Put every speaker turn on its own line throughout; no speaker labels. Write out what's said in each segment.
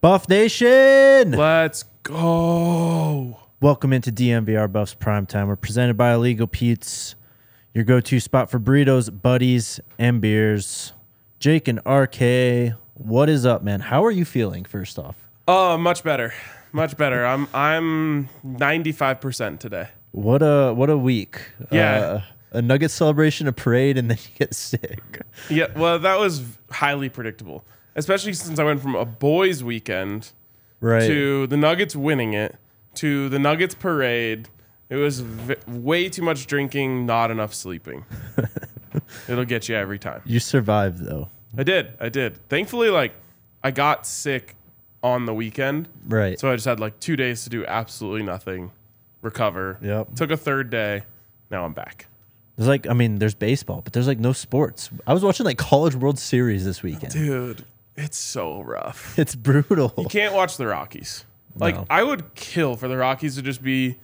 Buff Nation!
Let's go.
Welcome into DMVR Buffs Prime Time. We're presented by Illegal Pete's, your go to spot for burritos, buddies, and beers. Jake and RK, what is up, man? How are you feeling, first off?
Oh, much better. Much better. I'm I'm 95% today.
What a what a week. Uh,
Yeah.
a nugget celebration, a parade, and then you get sick.
Yeah, well, that was highly predictable. Especially since I went from a boys weekend
Right.
to the Nuggets winning it to the Nuggets parade. It was v- way too much drinking, not enough sleeping. It'll get you every time.
You survived, though.
I did. I did. Thankfully like I got sick on the weekend.
Right.
So I just had like 2 days to do absolutely nothing, recover.
Yep.
Took a third day. Now I'm back.
There's like, I mean, there's baseball, but there's like no sports. I was watching like College World Series this weekend.
Dude, it's so rough.
It's brutal.
You can't watch the Rockies. Like
No.
I would kill for the Rockies to just be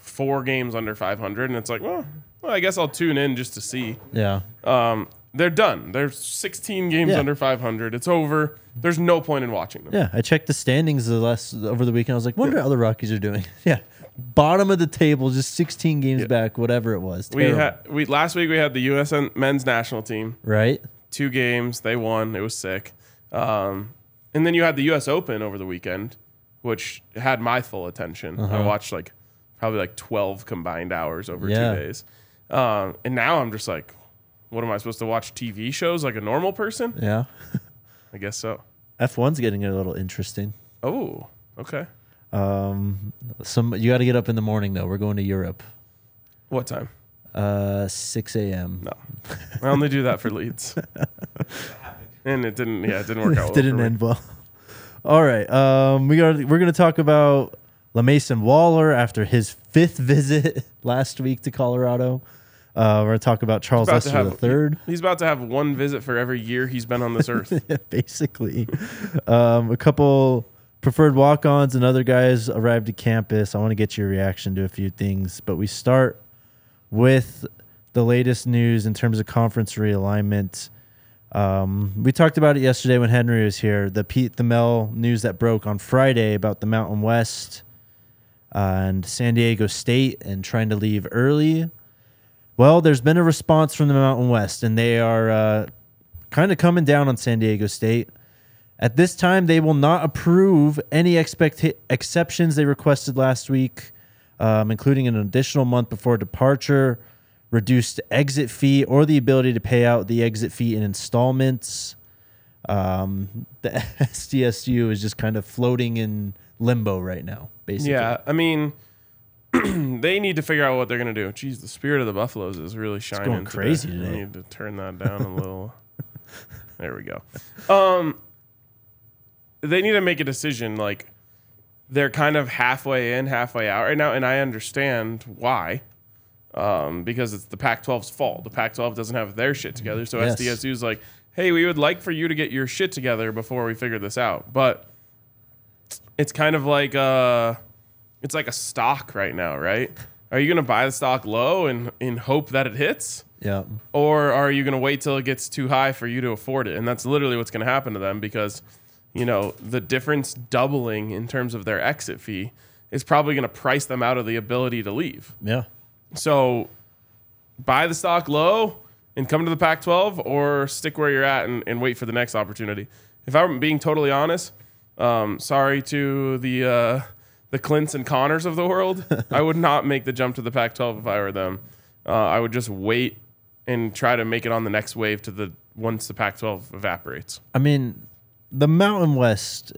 four games under 500 and it's like, well, well I guess I'll tune in just to see.
Yeah.
Um, they're done. They're 16 games
Yeah.
under 500. It's over. There's no point in watching them.
Yeah. I checked the standings the last over the weekend. I was like, wonder how the Rockies are doing. Yeah. Bottom of the table, just 16 games back, whatever it was.
We
Terrible.
had we last week we had the U.S. men's national team.
right?
Two games, they won. It was sick. Um, and then you had the U.S. Open over the weekend, which had my full attention.
Uh-huh.
I watched like probably like twelve combined hours over
Yeah.
two days. Um, and now I'm just like, what am I supposed to watch TV shows like a normal person?
Yeah.
I guess so.
F1's getting a little interesting.
Oh, okay.
Um, some you got to get up in the morning though. We're going to Europe.
What time?
Uh, 6 a.m.
No, I only do that for leads. and it didn't. Yeah, it didn't work out. well
didn't
for me.
end well. All right. Um, we are we're gonna talk about LaMason Waller after his fifth visit last week to Colorado. Uh, we're gonna talk about Charles
About to
Lester the
have-
third.
He's about to have one visit for every year he's been on this earth.
basically. Um, a couple preferred walk ons and other guys arrived at campus. I want to get your reaction to a few things, but we start with the latest news in terms of conference realignment. Um, we talked about it yesterday when Henry was here. The Pete Thamel news that broke on Friday about the Mountain West and San Diego State and trying to leave early. Well, there's been a response from the Mountain West, and they are uh, kind of coming down on San Diego State. At this time, they will not approve any expect- exceptions they requested last week, um, including an additional month before departure, reduced exit fee, or the ability to pay out the exit fee in installments. Um, the SDSU is just kind of floating in limbo right now, basically.
yeah, I mean, they need to figure out what they're gonna do. Jeez, the spirit of the Buffaloes is really shining.
going crazy today.
I need to turn that down a little. there we go. Um, they need to make a decision. Like, they're kind of halfway in, halfway out right now, and I understand why. Um, because it's the Pac-12's fault. The Pac-12 doesn't have their shit together, so
Yes.
SDSU's like, "Hey, we would like for you to get your shit together before we figure this out." But it's kind of like uh it's like a stock right now, right? Are you gonna buy the stock low and, and hope that it hits?
Yeah.
Or are you gonna wait till it gets too high for you to afford it? And that's literally what's gonna happen to them because, you know, the difference doubling in terms of their exit fee is probably gonna price them out of the ability to leave.
Yeah.
So buy the stock low and come to the Pac 12 or stick where you're at and, and wait for the next opportunity. If I'm being totally honest, um, sorry to the uh, the Clints and Connors of the world. I would not make the jump to the Pac 12 if I were them. Uh, I would just wait and try to make it on the next wave to the once the Pac 12 evaporates.
I mean, the Mountain West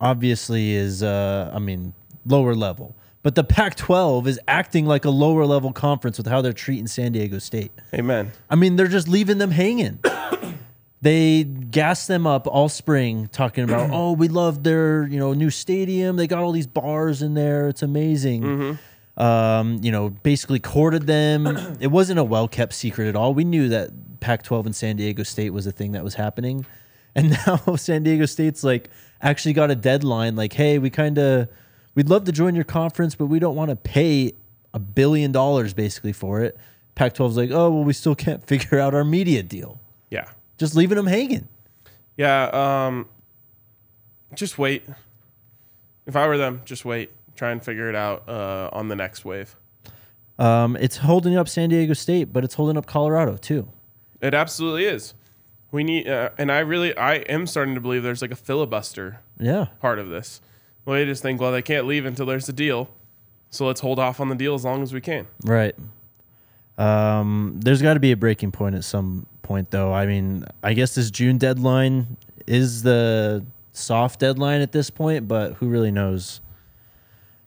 obviously is, uh, I mean, lower level, but the Pac 12 is acting like a lower level conference with how they're treating San Diego State.
Amen.
I mean, they're just leaving them hanging. they gassed them up all spring talking about, oh, we love their you know new stadium. They got all these bars in there. It's amazing. Um, you know, basically courted them. it wasn't a well kept secret at all. We knew that Pac-12 and San Diego State was a thing that was happening, and now San Diego State's like actually got a deadline. Like, hey, we kind of we'd love to join your conference, but we don't want to pay a billion dollars basically for it. Pac-12's like, oh well, we still can't figure out our media deal.
Yeah.
Just leaving them hanging.
Yeah. Um, just wait. If I were them, just wait. Try and figure it out uh, on the next wave.
Um, it's holding up San Diego State, but it's holding up Colorado too.
It absolutely is. We need, uh, and I really, I am starting to believe there's like a filibuster
Yeah.
part of this. Well, they just think, well, they can't leave until there's a deal, so let's hold off on the deal as long as we can.
Right. Um, there's got to be a breaking point at some point, though. I mean, I guess this June deadline is the soft deadline at this point, but who really knows?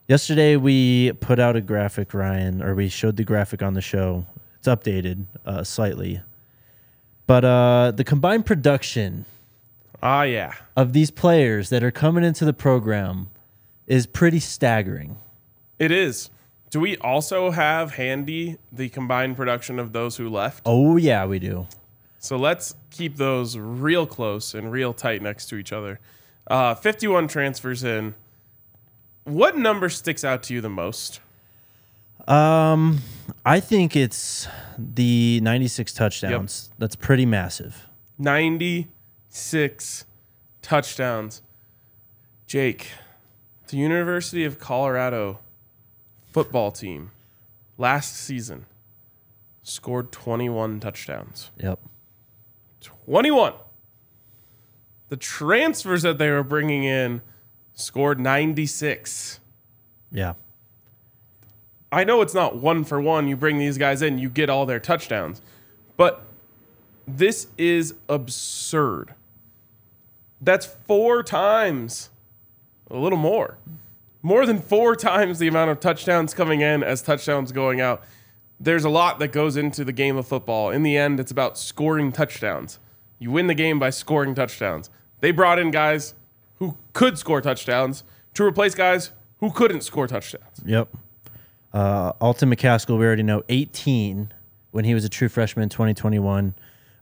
Yesterday, we put out a graphic, Ryan, or we showed the graphic on the show. It's updated uh, slightly. But uh, the combined production
Ah, yeah,
of these players that are coming into the program is pretty staggering.
it is. Do we also have handy the combined production of those who left?
Oh, yeah, we do.
So let's keep those real close and real tight next to each other. Uh, 51 transfers in. What number sticks out to you the most?
Um, I think it's the 96 touchdowns. That's pretty massive.
96 touchdowns. Jake, the University of Colorado football team last season scored 21 touchdowns.
Yep.
21. The transfers that they were bringing in scored 96.
Yeah.
I know it's not one for one. You bring these guys in, you get all their touchdowns. But this is absurd. That's four times, a little more, more than four times the amount of touchdowns coming in as touchdowns going out. There's a lot that goes into the game of football. In the end, it's about scoring touchdowns. You win the game by scoring touchdowns. They brought in guys who could score touchdowns to replace guys who couldn't score touchdowns.
Yep. Uh, Alton McCaskill, we already know, 18 when he was a true freshman in 2021.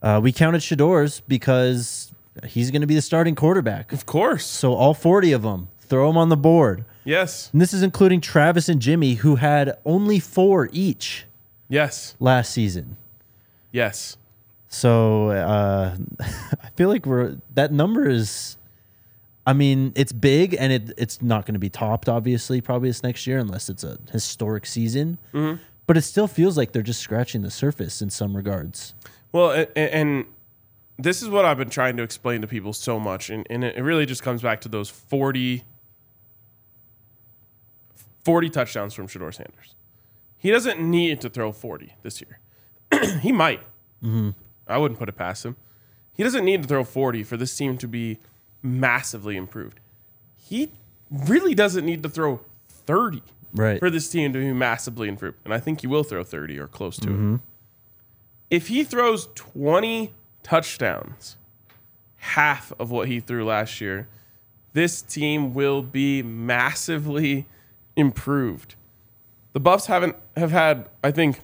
Uh, we counted Shador's because he's going to be the starting quarterback.
Of course.
So all 40 of them, throw them on the board.
Yes.
And this is including Travis and Jimmy, who had only four each
Yes.
last season.
Yes.
So uh, I feel like we're that number is. I mean, it's big and it it's not going to be topped, obviously, probably this next year unless it's a historic season.
Mm-hmm.
But it still feels like they're just scratching the surface in some regards.
Well, and, and this is what I've been trying to explain to people so much, and, and it really just comes back to those 40, 40 touchdowns from Shador Sanders. He doesn't need to throw 40 this year. he might. I wouldn't put it past him. He doesn't need to throw 40 for this team to be massively improved. He really doesn't need to throw 30
Right.
for this team to be massively improved. And I think he will throw 30 or close to it. If he throws 20 touchdowns, half of what he threw last year, this team will be massively improved. The Buffs haven't have had, I think,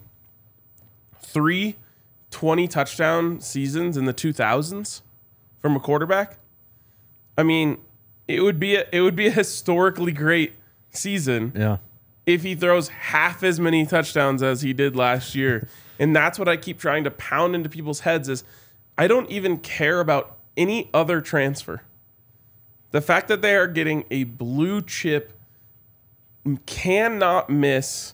three 20 touchdown seasons in the 2000s from a quarterback. I mean, it would be a, it would be a historically great season
Yeah.
if he throws half as many touchdowns as he did last year. and that's what I keep trying to pound into people's heads is I don't even care about any other transfer. The fact that they are getting a blue chip cannot miss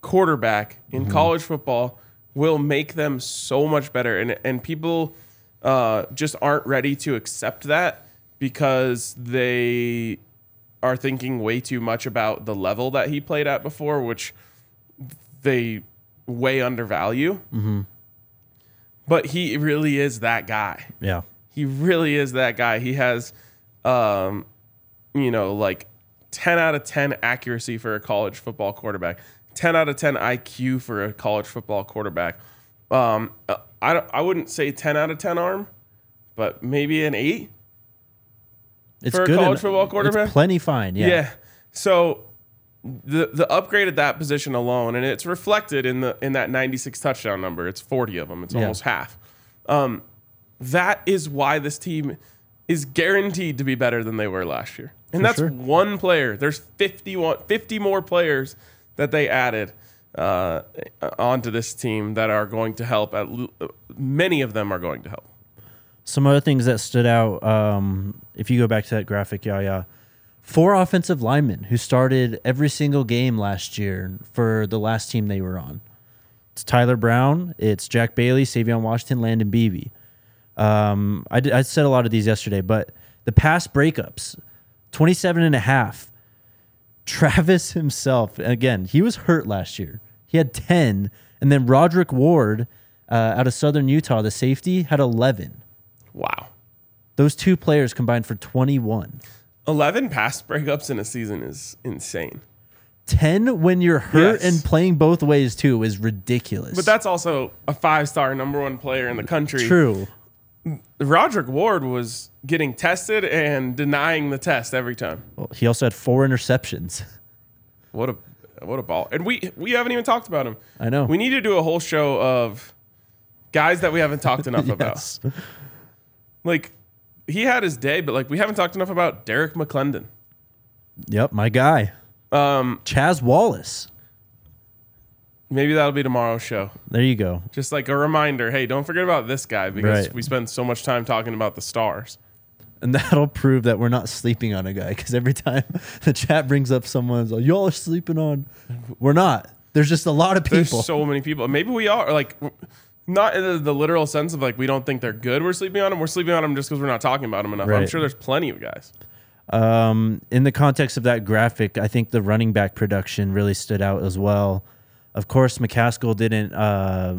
quarterback in college football will make them so much better and and people uh, just aren't ready to accept that because they are thinking way too much about the level that he played at before, which they way undervalue. But he really is that guy.
Yeah.
He really is that guy. He has, um, you know, like 10 out of 10 accuracy for a college football quarterback, 10 out of 10 IQ for a college football quarterback. Um, uh, I, don't- I wouldn't say 10 out of 10 arm, but maybe an eight.
It's
For a
good
college
and-
football
it's
quarterback?
plenty fine. Yeah.
Yeah. So the the upgrade at that position alone, and it's reflected in the in that 96 touchdown number. It's 40 of them. It's
Yeah.
almost half. Um, that is why this team is guaranteed to be better than they were last year. And
For
that's
sure.
one player. There's 51, 50 more players that they added uh, onto this team that are going to help. At l- many of them are going to help.
Some other things that stood out. Um, if you go back to that graphic, yeah, yeah. Four offensive linemen who started every single game last year for the last team they were on. It's Tyler Brown, it's Jack Bailey, Savion Washington, Landon Beebe. Um, I, did, I said a lot of these yesterday, but the pass breakups, 27 and a half. Travis himself, and again, he was hurt last year. He had 10. And then Roderick Ward uh, out of Southern Utah, the safety, had 11.
Wow.
Those two players combined for 21.
11 pass breakups in a season is insane.
10 when you're hurt
Yes.
and playing both ways, too, is ridiculous.
But that's also a five star number one player in the country.
true.
Roderick Ward was getting tested and denying the test every time.
Well, Oh, he also had four interceptions.
What a what a ball. And we we haven't even talked about him.
I know.
We need to do a whole show of guys that we haven't talked enough about.
Yes.
Like he had his day, but like we haven't talked enough about Derek McClendon.
Yep, my guy.
Um,
Chaz Wallace.
maybe that'll be tomorrow's show.
There you go.
Just like a reminder, hey, don't forget about this guy because
Right.
we spend so much time talking about the stars.
And that'll prove that we're not sleeping on a guy because every time the chat brings up someone's like, y'all are sleeping on. We're not. There's just a lot of
There's
people.
so many people. Maybe we are like not in the, the literal sense of like we don't think they're good. We're sleeping on them. We're sleeping on them just because we're not talking about them enough. I'm
Right.
sure there's plenty of guys.
Um, in the context of that graphic, I think the running back production really stood out as well. Of course, McCaskill didn't uh,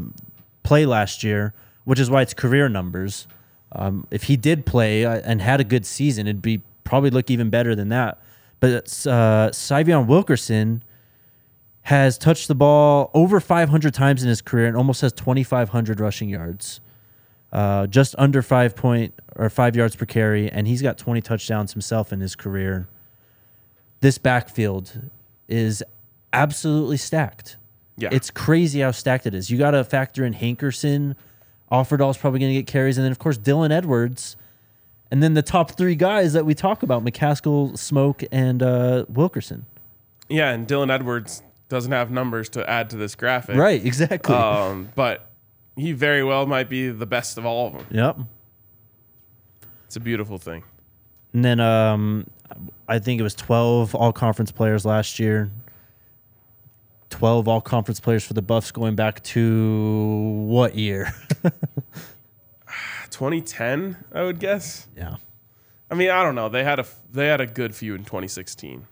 play last year, which is why it's career numbers. Um, if he did play uh, and had a good season, it'd be probably look even better than that. But it's, uh, Savion Wilkerson has touched the ball over 500 times in his career and almost has 2,500 rushing yards uh, just under five point or five yards per carry, and he's got 20 touchdowns himself in his career. This backfield is absolutely stacked.
Yeah,
It's crazy how stacked it is. You got to factor in Hankerson. Offerdahl's probably going to get carries, and then of course Dylan Edwards, and then the top three guys that we talk about: McCaskill, Smoke, and uh, Wilkerson.
yeah. And Dylan Edwards doesn't have numbers to add to this graphic,
Right, exactly.
Um, but he very well might be the best of all of them.
yep.
It's a beautiful thing.
And then um, I think it was 12 all conference players last year. 12 all conference players for the Buffs going back to what year?
2010, Ah, I would guess.
yeah.
I mean, I don't know. They had a they had a good few in 2016.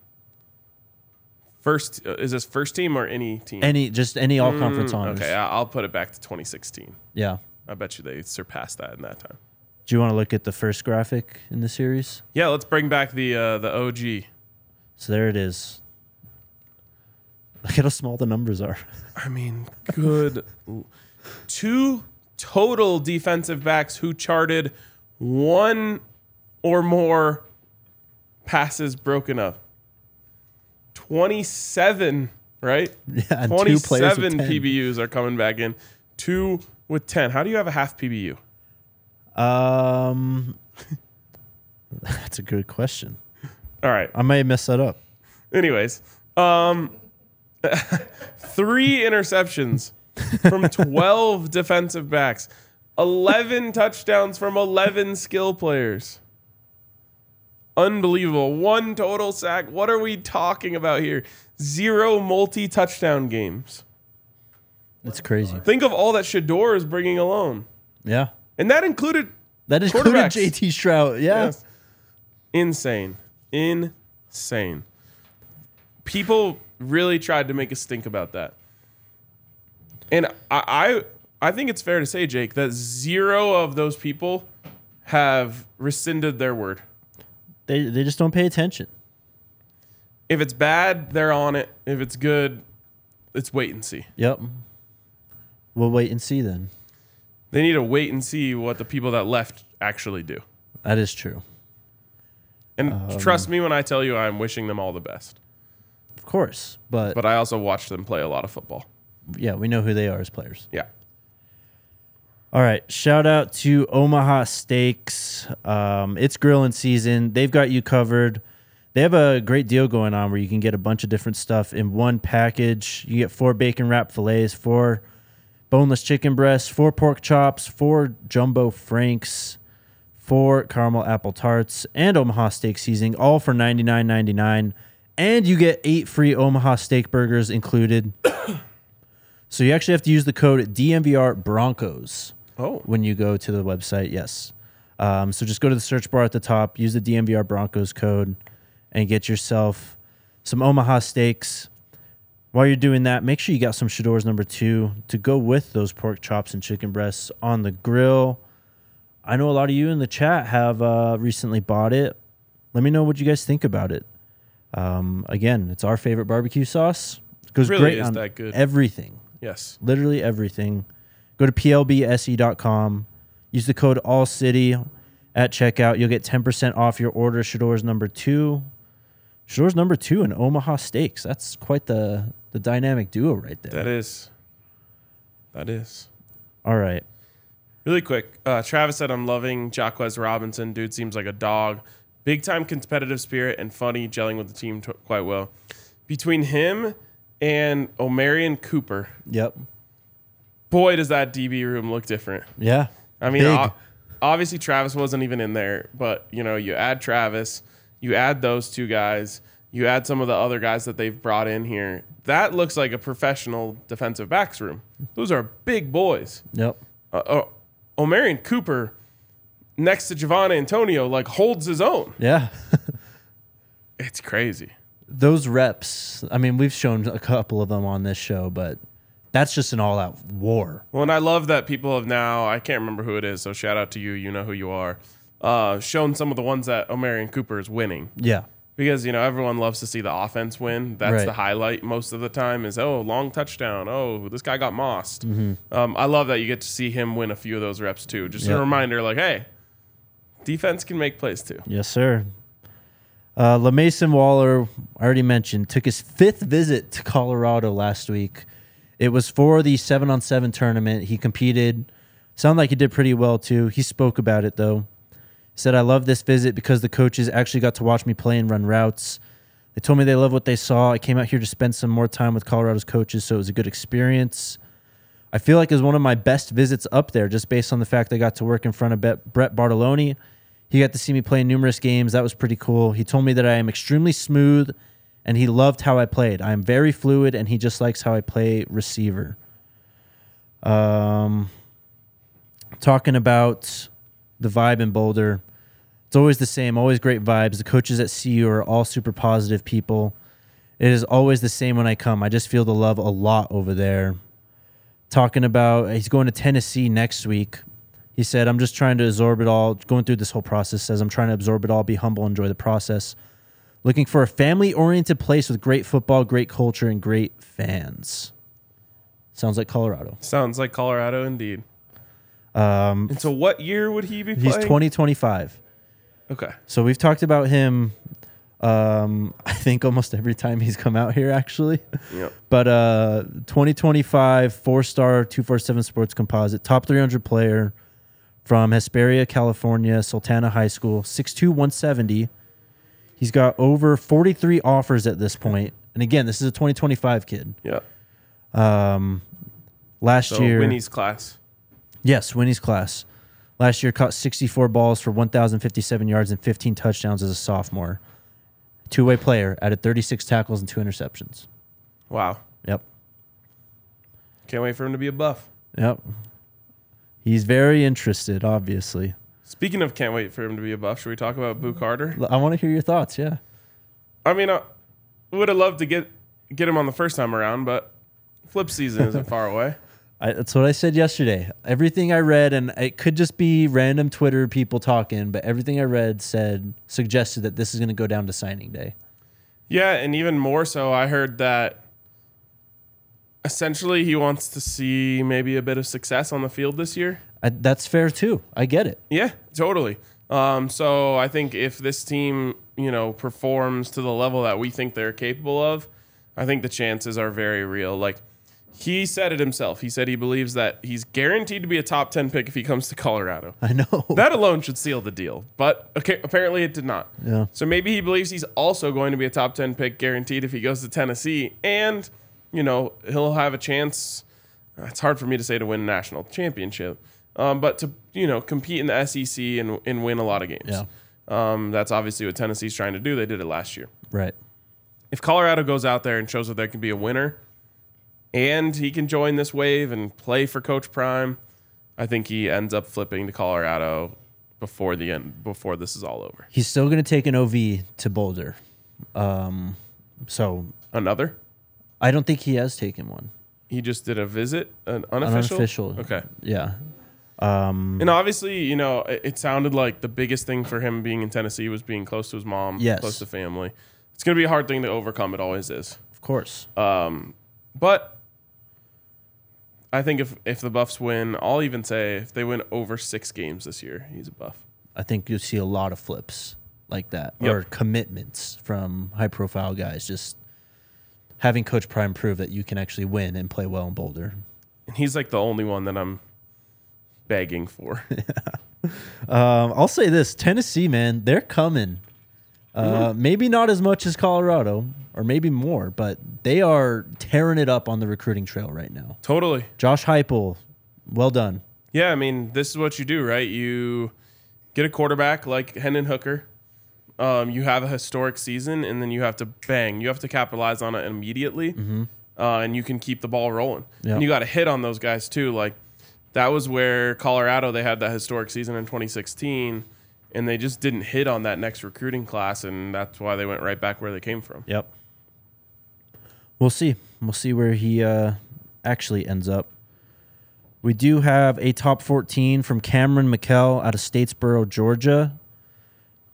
First, uh, is this first team or any team?
Any just any all conference honors.
Mm, okay, I- I'll put it back to 2016.
Yeah.
I bet you they surpassed that in that time.
Do you want to look at the first graphic in the series?
Yeah, let's bring back the uh, the OG.
So there it is. Look at how small the numbers are.
I mean, good. l- Two total defensive backs who charted one or more passes broken up. 27, right?
yeah, and two players
27
with 10.
PBUs are coming back in. Two with 10. How do you have a half PBU?
Um That's a good question.
All right.
I may mess that up.
Anyways, um, three interceptions from 12 defensive backs, 11 touchdowns from 11 skill players. Unbelievable. One total sack. What are we talking about here? Zero multi touchdown games.
It's crazy.
Think of all that Shador is bringing alone.
Yeah.
And that included,
That included
Quarterbacks.
JT Stroud. Yeah.
yes, insane. Insane. People really tried to make us think about that. And I, I I think it's fair to say, Jake, that zero of those people have rescinded their word.
They, they just don't pay attention.
If it's bad, they're on it. If it's good, it's wait and see.
Yep. We'll wait and see then.
They need to wait and see what the people that left actually do.
That is true.
And trust me when I tell you I'm wishing them all the best.
Of course. But,
But I also watch them play a lot of football.
yeah, we know who they are as players.
Yeah.
All right. Shout out to Omaha Steaks. Um, it's grilling season. They've got you covered. They have a great deal going on where you can get a bunch of different stuff in one package. You get four bacon wrap fillets, four boneless chicken breasts, four pork chops, four jumbo franks. four caramel apple tarts, and Omaha steak seasoning, all for ninety nine ninety nine, and you get eight free Omaha steak burgers included. so you actually have to use the code DMVR Broncos
Oh,
when you go to the website. Yes. Um, so just go to the search bar at the top, use the DMVR Broncos code, and get yourself some Omaha steaks. While you're doing that, make sure you got some Shador's number two to go with those pork chops and chicken breasts on the grill. I know a lot of you in the chat have uh, recently bought it. Let me know what you guys think about it. Um, again, it's our favorite barbecue sauce. It goes
Really
great
is
on
that good.
everything
yes.
literally everything. Go to plbse.com. E Use the code AllCity at checkout. You'll get 10% off your order. Shador's number two. Shador's number two in Omaha Steaks. That's quite the, the dynamic duo right there.
That is. That is.
All right.
Really quick, uh, Travis said, I'm loving Jacquez Robinson. Dude seems like a dog. Big time competitive spirit and funny, gelling with the team t- quite well. Between him and Omarion Cooper,
Yep.
boy, does that DB room look different.
Yeah.
I mean,
Big.
o- obviously Travis wasn't even in there, but you know, you add Travis, you add those two guys, you add some of the other guys that they've brought in here. That looks like a professional defensive backs room. Those are big boys.
Yep.
Uh, oh, Omarion Cooper next to Javon Antonio like holds his own.
Yeah.
It's crazy.
Those reps, I mean, we've shown a couple of them on this show, but that's just an all out war.
Well, and I love that people have now, I can't remember who it is, so shout out to you. You know who you are. Uh, shown some of the ones that Omarion Cooper is winning.
Yeah.
because you know everyone loves to see the offense win. That's
Right.
the highlight most of the time. Is oh long touchdown. Oh this guy got mossed. Um, I love that you get to see him win a few of those reps too. Just
Yep.
a reminder, like hey, defense can make plays too.
Yes, sir. Uh, LaMason Waller, I already mentioned, took his fifth visit to Colorado last week. It was for the seven on seven tournament. He competed. Sounded like he did pretty well, too. He spoke about it, though. Said, I love this visit because the coaches actually got to watch me play and run routes. They told me they love what they saw. I came out here to spend some more time with Colorado's coaches, so it was a good experience. I feel like it was one of my best visits up there, just based on the fact I got to work in front of Bet- Brett Bartoloni. He got to see me play in numerous games. That was pretty cool. He told me that I am extremely smooth, and he loved how I played. I am very fluid, and he just likes how I play receiver. Um, talking about the vibe in Boulder, it's always the same. Always great vibes. The coaches at CU are all super positive people. It is always the same when I come. I just feel the love a lot over there talking about he's going to Tennessee next week. He said, I'm just trying to absorb it all, going through this whole process, says, I'm trying to absorb it all, be humble, enjoy the process. Looking for a family oriented place with great football, great culture, and great fans. Sounds like Colorado.
Sounds like Colorado indeed. Um, and so what year would he be playing?
He's 2025.
Okay,
So we've talked about him, um, I think, almost every time he's come out here, actually.
yep.
But uh, 2025 four star 247 Sports Composite, top 300 player from Hesperia, California, Sultana High School, 6'2, 170. He's got over 43 offers at this point. And again, this is a 2025 kid.
yeah.
Last
So
year,
Winnie's class.
yes, Winnie's class. Last year, caught 64 balls for 1,057 yards and 15 touchdowns as a sophomore. Two way player, added 36 tackles and two interceptions.
Wow,
Yep.
can't wait for him to be a buff.
Yep. He's very interested, obviously.
Speaking of can't wait for him to be a buff, should we talk about Boo Carter?
L- I want to hear your thoughts. Yeah.
I mean, I would have loved to get get him on the first time around, but flip season isn't far away.
I, that's what I said yesterday. Everything I read, and it could just be random Twitter people talking, but everything I read said suggested that this is going to go down to signing day.
Yeah, and even more so, I heard that essentially he wants to see maybe a bit of success on the field this year.
I, that's fair too. I get it.
Yeah, totally. Um, so I think if this team, you know, performs to the level that we think they're capable of, I think the chances are very real. Like he said it himself. He said he believes that he's guaranteed to be a top 10 pick if he comes to Colorado.
I know.
That alone should seal the deal, but okay, apparently it did not.
Yeah.
So maybe he believes he's also going to be a top 10 pick guaranteed if he goes to Tennessee, and, you know, he'll have a chance. It's hard for me to say to win a national championship, um, but to you know compete in the SEC and and win a lot of games.
Yeah.
Um, that's obviously what Tennessee's trying to do. They did it last year.
Right.
If Colorado goes out there and shows that they can be a winner, and he can join this wave and play for Coach Prime, I think he ends up flipping to Colorado before the end before this is all over.
He's still going to take an OV to Boulder. Um, so
Another.
I don't think he has taken one.
He just did a visit, an unofficial.
unofficial.
Okay.
Yeah.
And obviously, you know, it, it sounded like the biggest thing for him being in Tennessee was being close to his mom,
Yes.
close to family. It's going to be a hard thing to overcome. It always is.
Of course.
Um, but I think if, if the Buffs win, I'll even say if they win over six games this year, he's a Buff.
I think you'll see a lot of flips like that
Yep.
or commitments from high profile guys just having coach prime prove that you can actually win and play well in Boulder.
And he's like the only one that I'm begging for.
Um, I'll say this Tennessee, man, they're coming. Uh, Maybe not as much as Colorado, or maybe more, but they are tearing it up on the recruiting trail right now.
totally.
Josh Heupel, well done.
Yeah, I mean, this is what you do, right? You get a quarterback like Hendon Hooker. Um, you have a historic season, and then you have to bang. You have to capitalize on it immediately, uh, and you can keep the ball rolling.
Yeah.
And you got to hit on those guys too. Like that was where Colorado they had that historic season in 2016, and they just didn't hit on that next recruiting class, and that's why they went right back where they came from.
Yep. We'll see. We'll see where he uh, actually ends up. We do have a top 14 from Cameron McKell out of Statesboro, Georgia.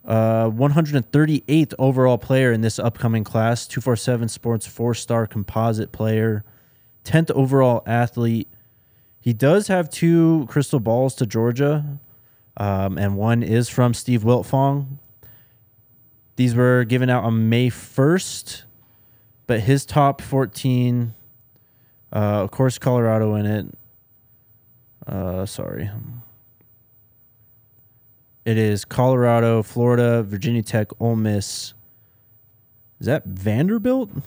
Uh, 138th overall player in this upcoming class, 247 Sports four star composite player, 10th overall athlete. He does have two crystal balls to Georgia, um, and one is from Steve Wiltfong, these were given out on May 1st, but his top 14, uh, of course, Colorado in it. Uh, sorry. It is Colorado, Florida, Virginia Tech, Ole Miss. Is that Vanderbilt?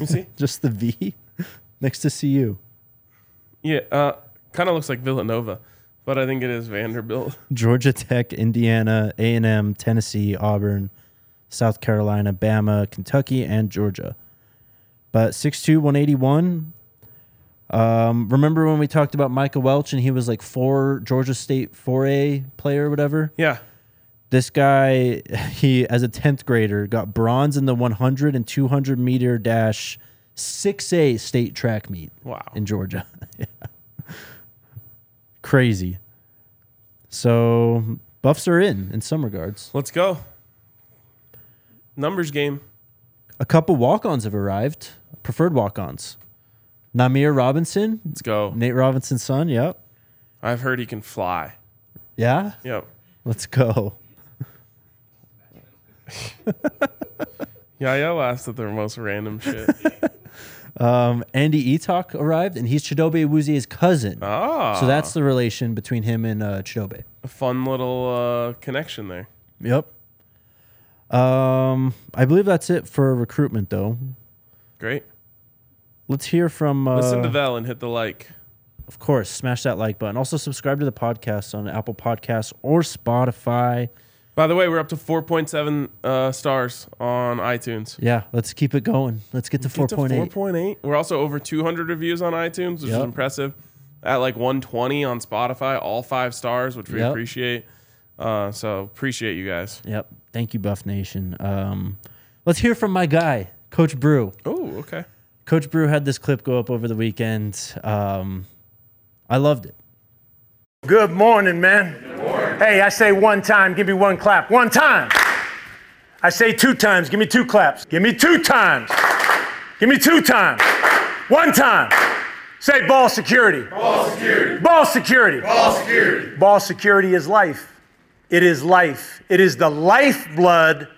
You see?
Just the V next to CU.
yeah, uh, kind of looks like Villanova, but I think it is Vanderbilt.
Georgia Tech, Indiana, A&M, Tennessee, Auburn, South Carolina, Bama, Kentucky, and Georgia. But 6'2", 181. Um, remember when we talked about Michael Welch and he was like four Georgia State 4A player or whatever?
Yeah,
This guy, he as a 10th grader got bronze in the 100 and 200 meter dash 6A state track meet
wow.
in Georgia. Yeah. Crazy. So buffs are in in some regards.
Let's go. Numbers game.
A couple walk-ons have arrived, preferred walk-ons. Namir Robinson,
Let's go.
Nate Robinson's son. Yep.
I've heard he can fly.
Yeah.
Yep.
Let's go.
Yaya laughs at their most random shit.
Um, Andy Etok arrived, and he's Chidobe Awuzie's cousin.
Ah.
So that's the relation between him and uh, Chidobe.
a fun little uh, connection there.
Yep. Um, I believe that's it for recruitment, though.
Great.
Let's hear from. Uh,
Listen to that and hit the like.
Of course, smash that like button. Also, subscribe to the podcast on Apple Podcasts or Spotify.
By the way, we're up to 4.7 uh, stars on iTunes.
Yeah, let's keep it going. Let's get to
Get to
4.8.
4.8. We're also over 200 reviews on iTunes, which is
Yep.
impressive. At like 120 on Spotify, all five stars, which we
Yep.
appreciate. Uh, so appreciate you guys.
Yep. Thank you, Buff Nation. Um, let's hear from my guy, Coach Brew.
Oh, okay.
Coach Brew had this clip go up over the weekend. Um, I loved it.
Good morning, man. Hey, I say one time, give me one clap. One time. I say two times, give me two claps. Give me two times. Give me two times. One time. Say ball security. Ball security. Ball security. Ball security. Ball security is life. It is life. It is the lifeblood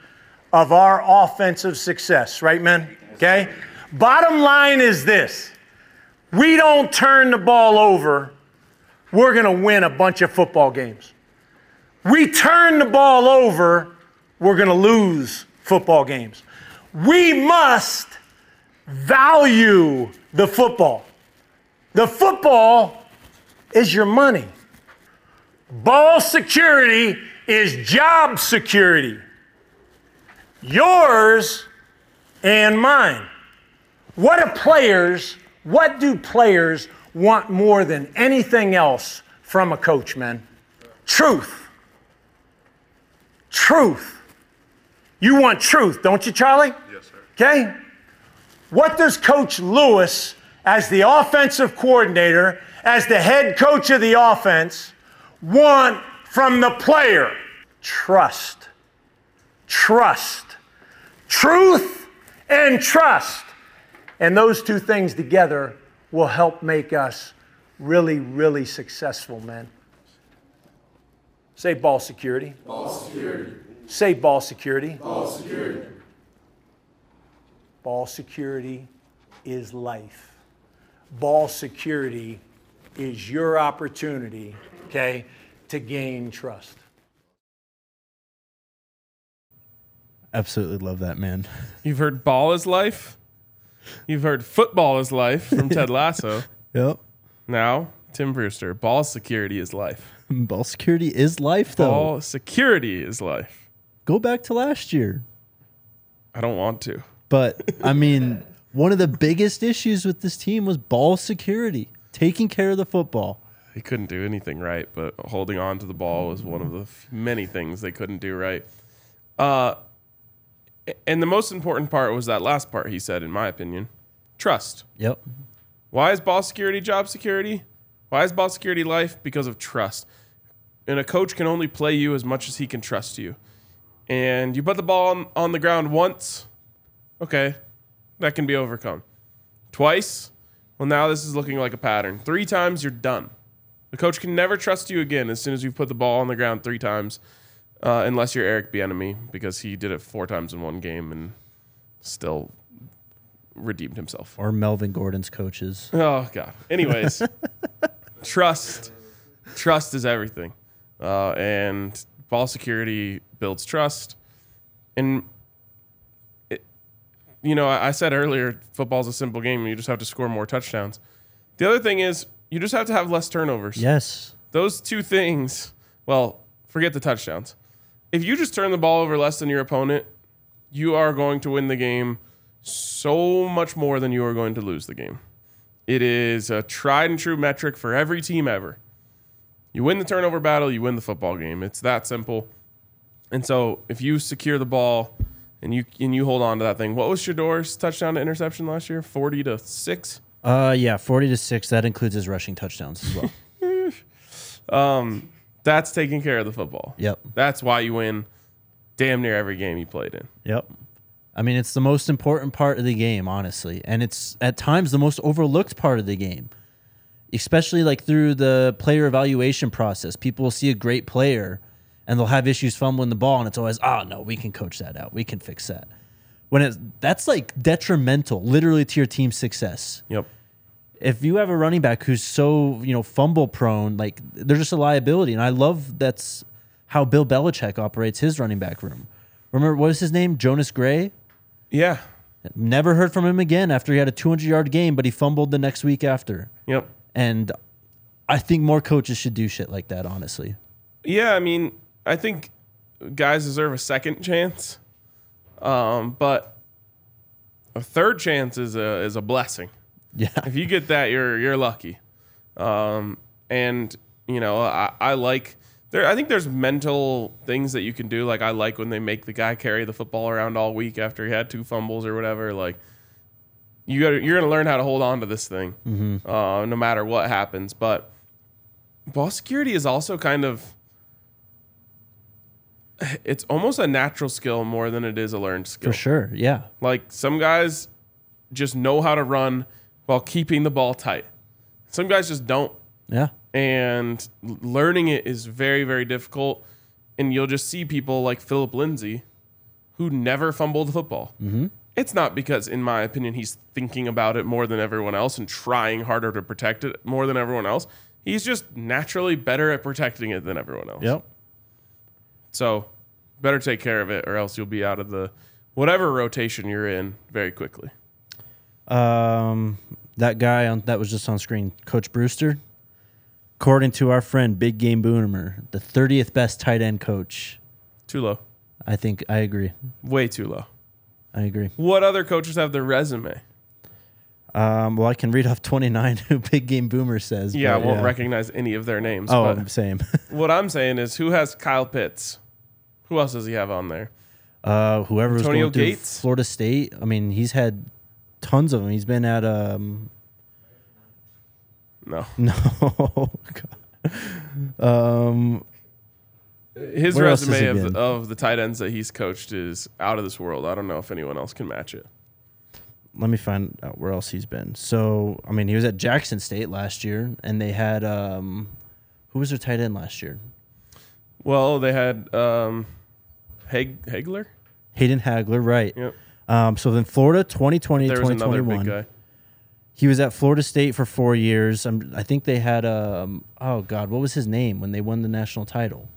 of our offensive success, right, men? Okay? Bottom line is this we don't turn the ball over we're going to win a bunch of football games. We turn the ball over, we're going to lose football games. We must value the football. The football is your money. Ball security is job security. Yours and mine. What do players, what do players want more than anything else from a coach, man? Truth. Truth. You want truth, don't you, Charlie? Yes, sir. Okay? What does Coach Lewis, as the offensive coordinator, as the head coach of the offense, want from the player? Trust. Trust. Truth and trust. And those two things together will help make us really, really successful, man. Say ball security. Ball security. Say ball security. Ball security. Ball security is life. Ball security is your opportunity, okay, to gain trust.
Absolutely love that man.
You've heard ball is life. You've heard football is life from Ted Lasso.
Yep.
Now, Tim Brewster, ball security is life.
Ball security is life, though.
Ball security is life.
Go back to last year.
I don't want to.
But I mean, one of the biggest issues with this team was ball security, taking care of the football.
They couldn't do anything right, but holding on to the ball was one of the f- many things they couldn't do right. Uh, a- and the most important part was that last part he said, in my opinion trust.
Yep.
Why is ball security job security? Why is ball security life? Because of trust. And a coach can only play you as much as he can trust you. And you put the ball on, on the ground once, okay, that can be overcome. Twice, well, now this is looking like a pattern. Three times, you're done. The coach can never trust you again as soon as you put the ball on the ground three times, uh, unless you're Eric Bieniemy because he did it four times in one game and still redeemed himself.
Or Melvin Gordon's coaches.
Oh god. Anyways, trust, trust is everything, uh, and ball security builds trust, and it, you know I, I said earlier football's a simple game and you just have to score more touchdowns. The other thing is you just have to have less turnovers.
Yes.
Those two things. Well, forget the touchdowns. If you just turn the ball over less than your opponent, you are going to win the game so much more than you are going to lose the game. It is a tried and true metric for every team ever. You win the turnover battle, you win the football game. It's that simple. And so, if you secure the ball and you and you hold on to that thing, what was Shador's touchdown to interception last year? Forty to six.
Uh, yeah, forty to six. That includes his rushing touchdowns as well.
That's taking care of the football.
Yep.
That's why you win damn near every game you played in.
Yep. I mean, it's the most important part of the game, honestly. And it's at times the most overlooked part of the game, especially like through the player evaluation process. People will see a great player and they'll have issues fumbling the ball, and it's always, oh, no, we can coach that out. We can fix that. When it's, that's like detrimental, literally, to your team's success
Yep.
if you have a running back who's so you know fumble prone, like they're just a liability. And I love that's how Bill Belichick operates his running back room. Remember what was his name? Jonas Gray.
Yeah.
Never heard from him again after he had a 200 yard game, but he fumbled the next week after.
Yep.
And I think more coaches should do shit like that. Honestly,
Yeah, I mean, I think guys deserve a second chance, um, but a third chance is a is a blessing.
yeah,
If you get that, you're you're lucky. Um, and you know, I, I like there. I think there's mental things that you can do. Like I like when they make the guy carry the football around all week after he had two fumbles or whatever. Like you got you're gonna learn how to hold on to this thing, uh, no matter what happens. But ball security is also kind of it's almost a natural skill more than it is a learned skill.
for sure. Yeah,
Like some guys just know how to run while keeping the ball tight. Some guys just don't.
yeah,
And l- learning it is very, very difficult. And you'll just see people like Philip Lindsay who never fumbled the football. Mm-hmm. It's not because, in my opinion, he's thinking about it more than everyone else and trying harder to protect it more than everyone else. He's just naturally better at protecting it than everyone else.
yep.
So better take care of it or else you'll be out of the whatever rotation you're in very quickly.
Um, that guy on that was just on screen, Coach Brewster. according to our friend Big Game Boomer, the 30th best tight end coach.
Too low.
I think I agree.
Way too low.
I agree.
What other coaches have their resume?
Um, well, I can read off 29 who Big Game Boomer says.
Yeah, I
but
won't recognize any of their names.
Oh,
but
same.
what I'm saying is, who has Kyle Pitts? Who else does he have on there?
Uh, whoever was
Antonio
going through
Gates?
Florida State. I mean, he's had tons of them. He's been at um,
No,
no, God. um,
his
Where else has
resume
he
of
been?
the, of the tight ends that he's coached is out of this world. I don't know if anyone else can match it.
let me find out where else he's been. So, I mean, he was at Jackson State last year, and they had um, who was their tight end last year?
Well, they had um, Hag- Hagler.
Hayden Hagler, right?
Yep.
Um, so then Florida 2020,
There was another big
2021.
guy.
He was at Florida State for four years. Um, I think they had um, oh god, what was his name when they won the national title?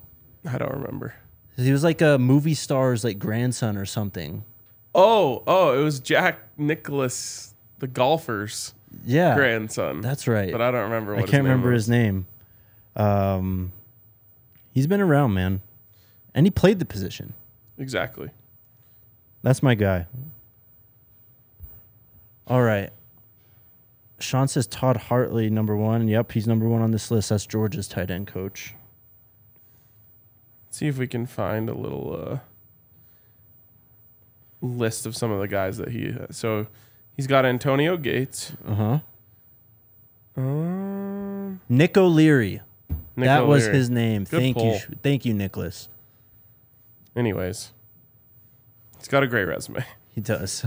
I don't remember.
He was like a movie star's like grandson or something.
Oh, oh, it was Jack Nicholas, the golfer's
Yeah,
grandson.
Ah, that's right.
But I don't remember
I
what
can't
his name
remember
was.
his name. Um, he's been around, man, and he played the position.
Exactly.
That's my guy. All right. Sean says Todd Hartley number one. Yep, he's number one on this list. That's Georgia's tight end coach.
see if we can find a little uh, list of some of the guys that he. So he's got Antonio Gates.
Uh huh.
Um,
Nick O'Leary.
Nick
that was
O'Leary.
his name.
Good
Thank
pull.
you, thank you, Nicholas.
Anyways, he's got a great resume.
He does.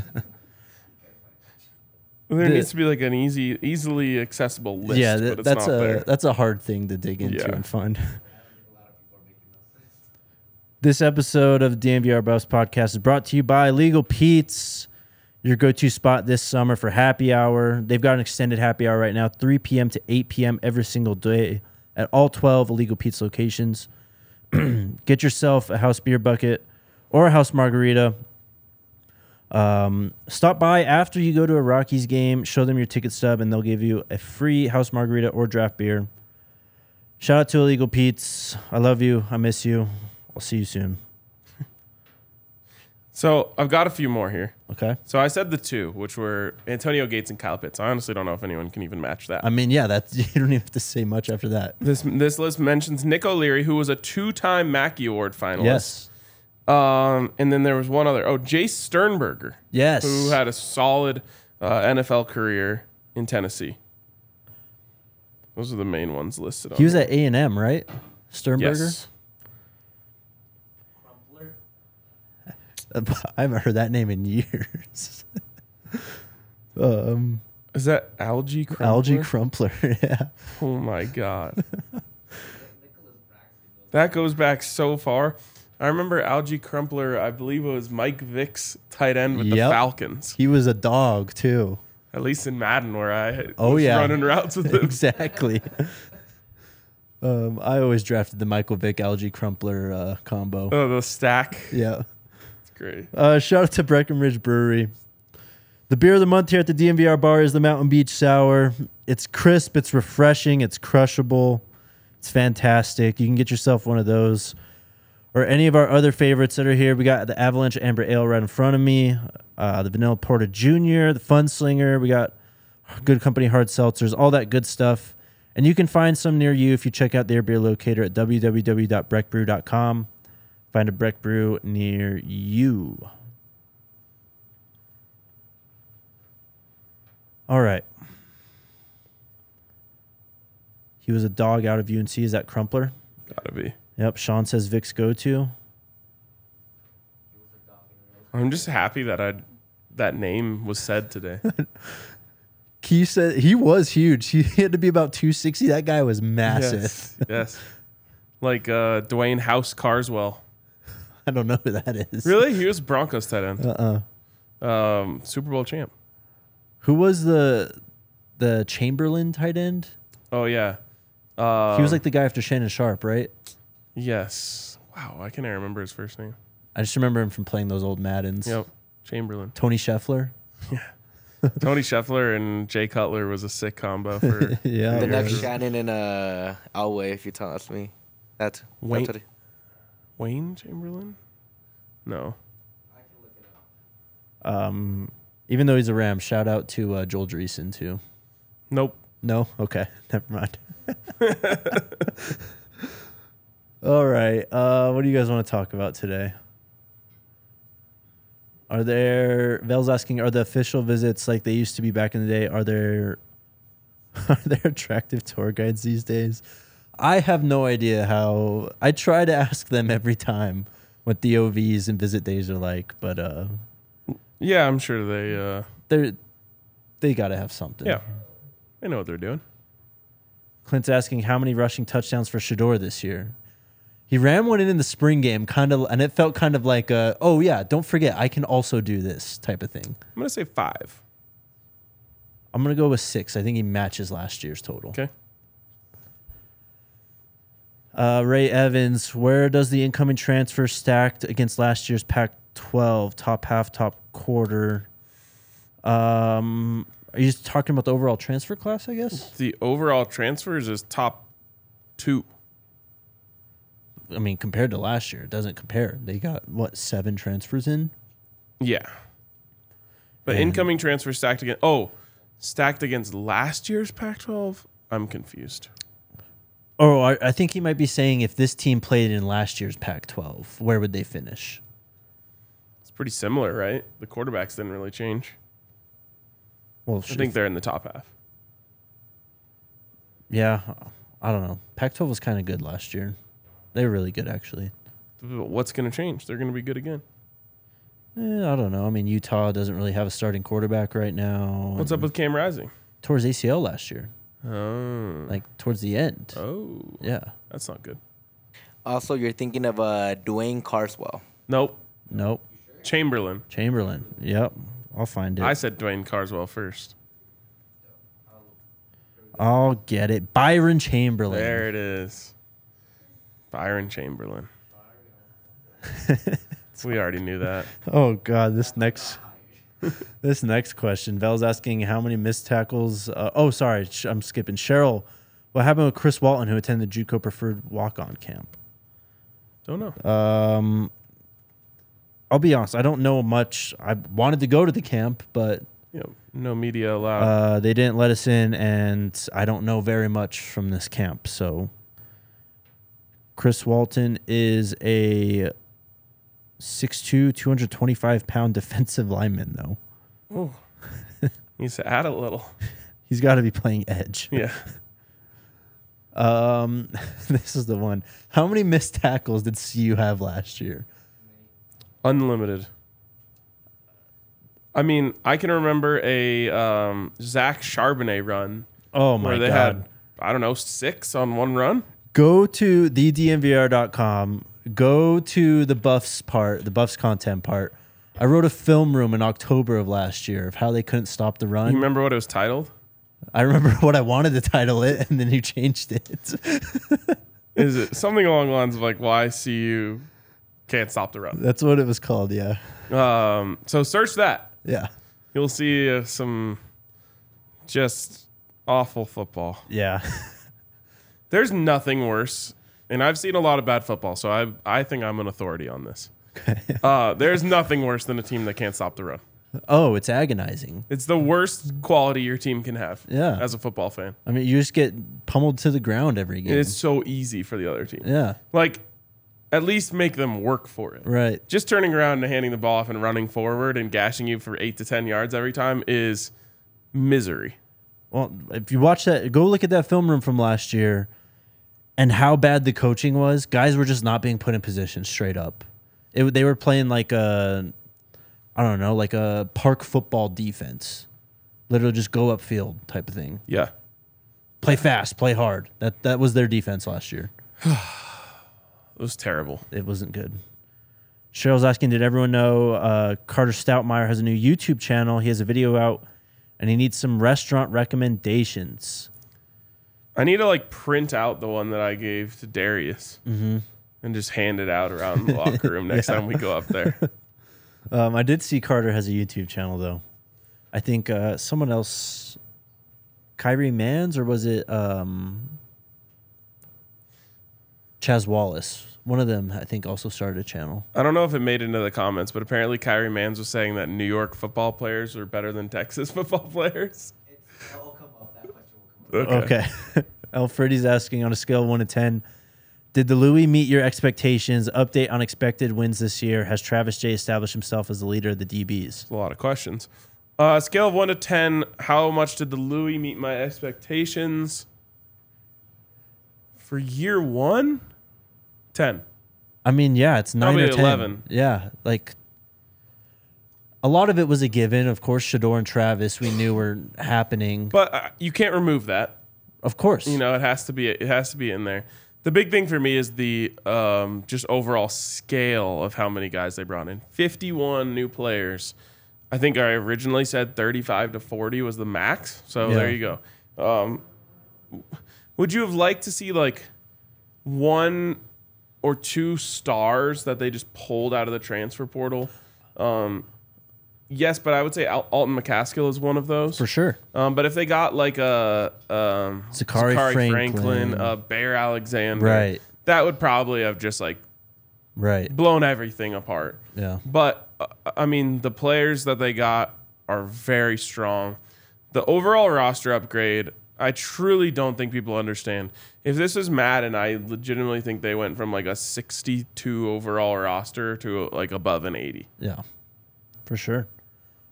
There
The-
needs to be like an easy, easily accessible list.
yeah,
but
th-
it's
that's a
not there.
that's a hard thing to dig into
Yeah.
and find. this episode of DMVR Buffs podcast is brought to you by Legal Pete's, your go-to spot this summer for happy hour. They've got an extended happy hour right now, 3 p.m. to 8 p.m. every single day at all 12 Legal Pete's locations. Get yourself a house beer bucket or a house margarita. Um, stop by after you go to a Rockies game, show them your ticket stub, and they'll give you a free house margarita or draft beer. Shout out to Illegal Pete's. I love you. I miss you. I'll see you soon.
so I've got a few more here.
Okay.
So I said the two, which were Antonio Gates and Kyle Pitts. I honestly don't know if anyone can even match that.
I mean, yeah, that's you don't even have to say much after that.
this this list mentions Nick O'Leary, who was a two-time Mackey Award finalist.
Yes.
Um, and then there was one other. Oh, Jace Sternberger,
Yes.
who had a solid uh, NFL career in Tennessee. Those are the main ones listed. on
he was
there.
at A and M, right? Sternberger.
yes.
Uh, I haven't heard that name in years. um,
Is that algae? Crumpler?
Algie Crumpler. yeah.
Oh my god. that goes back so far. I remember algae Crumpler. I believe it was Mike Vick's tight end with the
Yep.
Falcons.
He was a dog too.
At least in Madden, where I
Oh,
was
yeah.
running routes with him.
exactly. Um, I always drafted the Michael Vick algae crumpler uh, combo.
Oh, the stack.
Yeah.
It's great.
Uh, shout out to Breckenridge Brewery. The beer of the month here at the DMVR bar is the Mountain Beach Sour. It's crisp, it's refreshing, it's crushable, it's fantastic. You can get yourself one of those or any of our other favorites that are here. We got the Avalanche Amber Ale right in front of me, uh, the Vanilla Porter Jr., the Fun Slinger. We got Good Company Hard Seltzers, all that good stuff. And you can find some near you if you check out their beer locator at www.breckbrew.com. Find a Breck Brew near you. All right. He was a dog out of UNC. Is that Crumpler?
Gotta be.
Yep. Sean says Vic's go to.
I'm just happy that I that name was said today.
He said he was huge. He had to be about 260. That guy was massive.
yes. Like uh, Dwayne House Carswell.
I don't know who that is.
Really? He was Broncos tight end.
Uh-uh.
Um, Super Bowl champ.
Who was the the Chamberlain tight end?
Oh yeah. Uh,
he was like the guy after Shannon Sharp, right?
yes. Wow, I can't remember his first name.
I just remember him from playing those old Maddens.
Yep. Chamberlain.
Tony Scheffler.
Tony Scheffler and Jay Cutler was a sick combo for
Yeah.
The
it
next
was.
Shannon and uh, Elway, if you toss me. That's
Wait.
that's what it-
Wayne Chamberlain. No,
Um, even though he's a Ram, shout out to uh, Joel Dreesen too.
nope.
No? Okay. Never mind. All right. Uh, what do you guys want to talk about today? Are there Vel's asking, are the official visits like they used to be back in the day? Are there are there attractive tour guides these days? I have no idea how I try to ask them every time what the OVs and visit days are like, but uh
Yeah, I'm sure they. Uh,
they're they gotta have something.
yeah, they know what they're doing.
Clint's asking how many rushing touchdowns for Shador this year. He ran one in in the spring game, kind of, and it felt kind of like, a, oh yeah, don't forget, I can also do this type of thing.
I'm gonna say five.
I'm gonna go with six. I think he matches last year's total.
Okay.
Uh, Ray Evans, where does the incoming transfer stacked against last year's Pac-12 top half, top quarter? Um, are you just talking about the overall transfer class? I guess.
The overall transfers is top two.
I mean, compared to last year, it doesn't compare. They got what seven transfers in?
Yeah. But incoming transfers stacked against oh, stacked against last year's Pac-12. I'm confused.
Oh, I, I think he might be saying if this team played in last year's Pac 12, where would they finish?
It's pretty similar, right? The quarterbacks didn't really change.
Well,
I
sh-
think they're in the top half.
yeah, I don't know. Pac 12 was kind of good last year. They were really good, actually.
But What's going to change? They're going to be good again.
Eh, I don't know. I mean, Utah doesn't really have a starting quarterback right now.
What's up with Cam Rising?
Towards ACL last year,
Oh,
like towards the end.
oh,
Yeah.
that's not good.
Also, you're thinking of uh, Dwayne Carswell.
Nope,
Nope.
Chamberlain.
Chamberlain. Yep. I'll find it.
I said Dwayne Carswell first.
I'll get it. Byron Chamberlain.
There it is. Byron Chamberlain. we already knew that.
Oh God, this next this next question. Vel's asking how many missed tackles. Uh, oh, sorry, sh- I'm skipping. Cheryl, what happened with Chris Walton who attended the JUCO preferred walk-on camp?
Don't know.
Um, I'll be honest, I don't know much. I wanted to go to the camp, but
You know, no media allowed.
uh, they didn't let us in, and I don't know very much from this camp. So, Chris Walton is a 6'2", 225 pound defensive lineman, though.
Needs to add a little.
He's got to be playing edge.
Yeah.
Um, this is the one. How many missed tackles did CU have last year?
Unlimited. I mean, I can remember a um, Zach Charbonnet run
Oh my
where they
god!
had, I don't know, six on one run.
go to thednvr.com. Go to the buffs part, the buffs content part. I wrote a film room in October of last year of how they couldn't stop the
You
run.
remember what it was titled?
I remember what I wanted to title it, and then you changed it.
Is it something along the lines of like why CU can't stop the run?
That's what it was called. Yeah,
Um, so search that.
yeah,
You'll see uh, some just awful football.
yeah.
There's nothing worse, and I've seen a lot of bad football, so I I think I'm an authority on this. Uh, there's nothing worse than a team that can't stop the run.
Oh, it's agonizing.
It's the worst quality your team can have.
Yeah.
As a football fan,
I mean, you just get pummeled to the ground every game.
it's so easy for the other team.
yeah,
Like, at least make them work for it.
right.
Just turning around and handing the ball off and running forward and gashing you for eight to ten yards every time is misery.
Well, if you watch that, go look at that film room from last year and how bad the coaching was. Guys were just not being put in position straight up. It, they were playing like a, I don't know, like a park football defense. Literally just go upfield type of thing.
Yeah.
Play fast, play hard. That that was their defense last year.
It was terrible.
It wasn't good. Cheryl's asking, did everyone know uh, Carter Stoutmeyer has a new YouTube channel? He has a video out and he needs some restaurant recommendations.
I need to like print out the one that I gave to Darius
Mm-hmm.
and just hand it out around the locker room next time we go up there.
Um, I did see Carter has a YouTube channel though. I think uh, someone else, Kyrie Mans, or was it um, Chaz Wallace? One of them, I think, also started a channel.
I don't know if it made into the comments, but apparently Kyrie Mans was saying that New York football players are better than Texas football players.
It'll come up. That question will come up.
Okay. Alfredi's asking on a scale of one to 10, did the Louis meet your expectations? Update on expected wins this year. Has Travis J established himself as the leader of the DBs?
a lot of questions. Uh, scale of one to ten, how much did the Louis meet my expectations for year one? Ten.
I mean, yeah, it's nine
Probably
or 10.
11.
Yeah. Like a lot of it was a given. Of course, Shador and Travis we knew were happening.
But uh, you can't remove that.
Of course.
You know, it has to be it has to be in there. The big thing for me is the um, just overall scale of how many guys they brought in. Fifty-one new players. I think I originally said thirty-five to forty was the max. So there
Yeah.
you go. Um, would you have liked to see like one or two stars that they just pulled out of the transfer portal? Um, yes, but I would say Al- Alton McCaskill is one of those
for sure.
um, but if they got like a um,
Zachary Franklin.
uh, Bear Alexander,
Right.
that would probably have just like
Right.
blown everything apart.
Yeah.
But uh, I mean, the players that they got are very strong. The overall roster upgrade, I truly don't think people understand. If this is Madden, I legitimately think they went from like a 62 overall roster to like above an 80.
Yeah. For sure.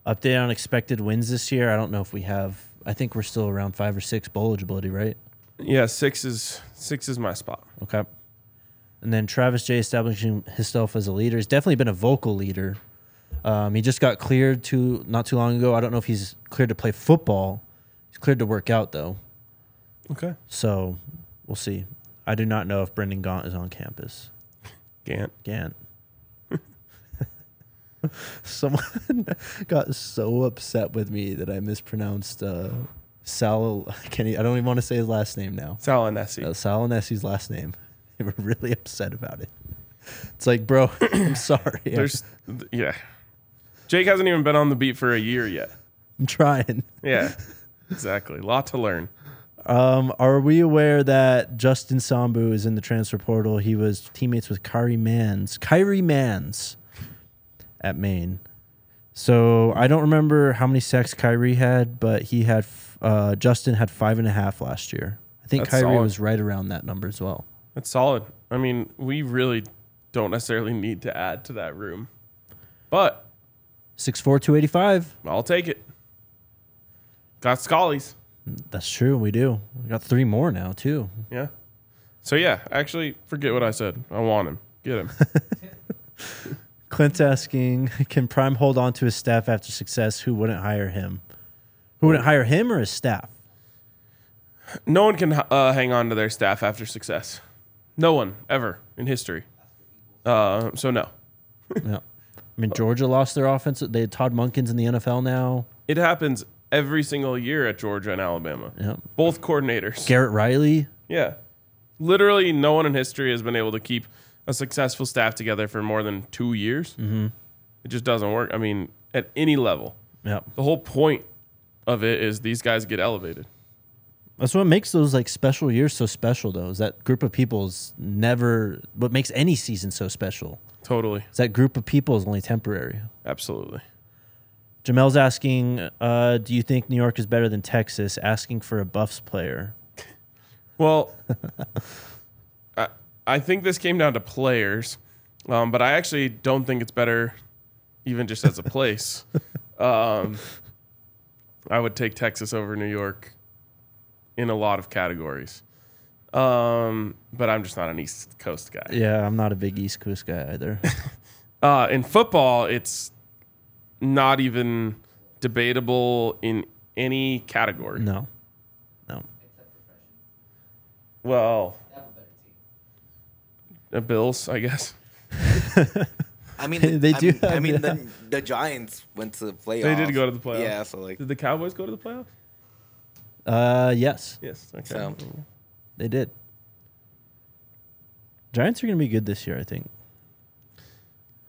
Update on expected wins this year. I don't know if we have, I think we're still around five or six bowl eligibility, right?
Yeah, six is six is my spot.
Okay. And then Travis J establishing himself as a leader. He's definitely been a vocal leader. Um, he just got cleared to not too long ago. I don't know if he's cleared to play football. He's cleared to work out though.
Okay,
So we'll see. I do not know if Brendan Gaunt is on campus.
Gant.
Gant. Someone got so upset with me that I mispronounced uh, Sal. I can't. e- I don't even want to say his last name now.
Salanesi.
uh, Sal and Essie's last name. They were really upset about it. It's like, bro, I'm sorry. I'm,
There's, th- yeah. Jake hasn't even been on the beat for a year yet.
I'm trying.
Yeah, exactly. Lot to learn.
Um, are we aware that Justin Sambu is in the transfer portal? He was teammates with Kyrie Mans. Kyrie Mans at Maine. So I don't remember how many sacks Kyrie had, but he had f- uh, Justin had five and a half last year. I think
That's
Kyrie
solid.
was right around that number as well.
That's solid. I mean, we really don't necessarily need to add to that room, but
Six four two eighty five.
I'll take it. Got Scully's.
That's true. We do. We got three more now too.
Yeah. So yeah, actually, forget what I said. I want him. Get him.
Clint's asking, can Prime hold on to his staff after success? Who wouldn't hire him? Who wouldn't hire him or his staff?
no one can uh, hang on to their staff after success. No one ever in history. Uh, so no.
Yeah. I mean, Georgia lost their offense. They had Todd Munkins in the NFL now.
It happens every single year at Georgia and Alabama.
Yep.
Both coordinators.
Garrett Riley.
Yeah. Literally, no one in history has been able to keep a successful staff together for more than two years. Mm-hmm. It just doesn't work. I mean, at any level,
Yep.
the whole point of it is these guys get elevated.
That's what makes those like special years so special, though, is that group of people is never what makes any season so special.
Totally.
Is that group of people is only temporary.
Absolutely.
Jamel's asking, uh, do you think New York is better than Texas? Asking for a Buffs player.
Well, I, I think this came down to players, um, but I actually don't think it's better, even just as a place. um, I would take Texas over New York in a lot of categories, um, but I'm just not an East Coast guy.
Yeah, I'm not a big East Coast guy either.
Uh, in football, it's not even debatable in any category.
no. No.
Well,
They have a better team.
uh, Bills, I guess.
I mean,
They
I
do
Mean, I
have,
mean,
yeah.
the, the Giants went to the playoffs.
They did go to the playoffs.
Yeah, so like,
Did the Cowboys go to the playoffs?
Uh, yes.
Yes. Okay.
so
They did. Giants are going to be good this year, I think.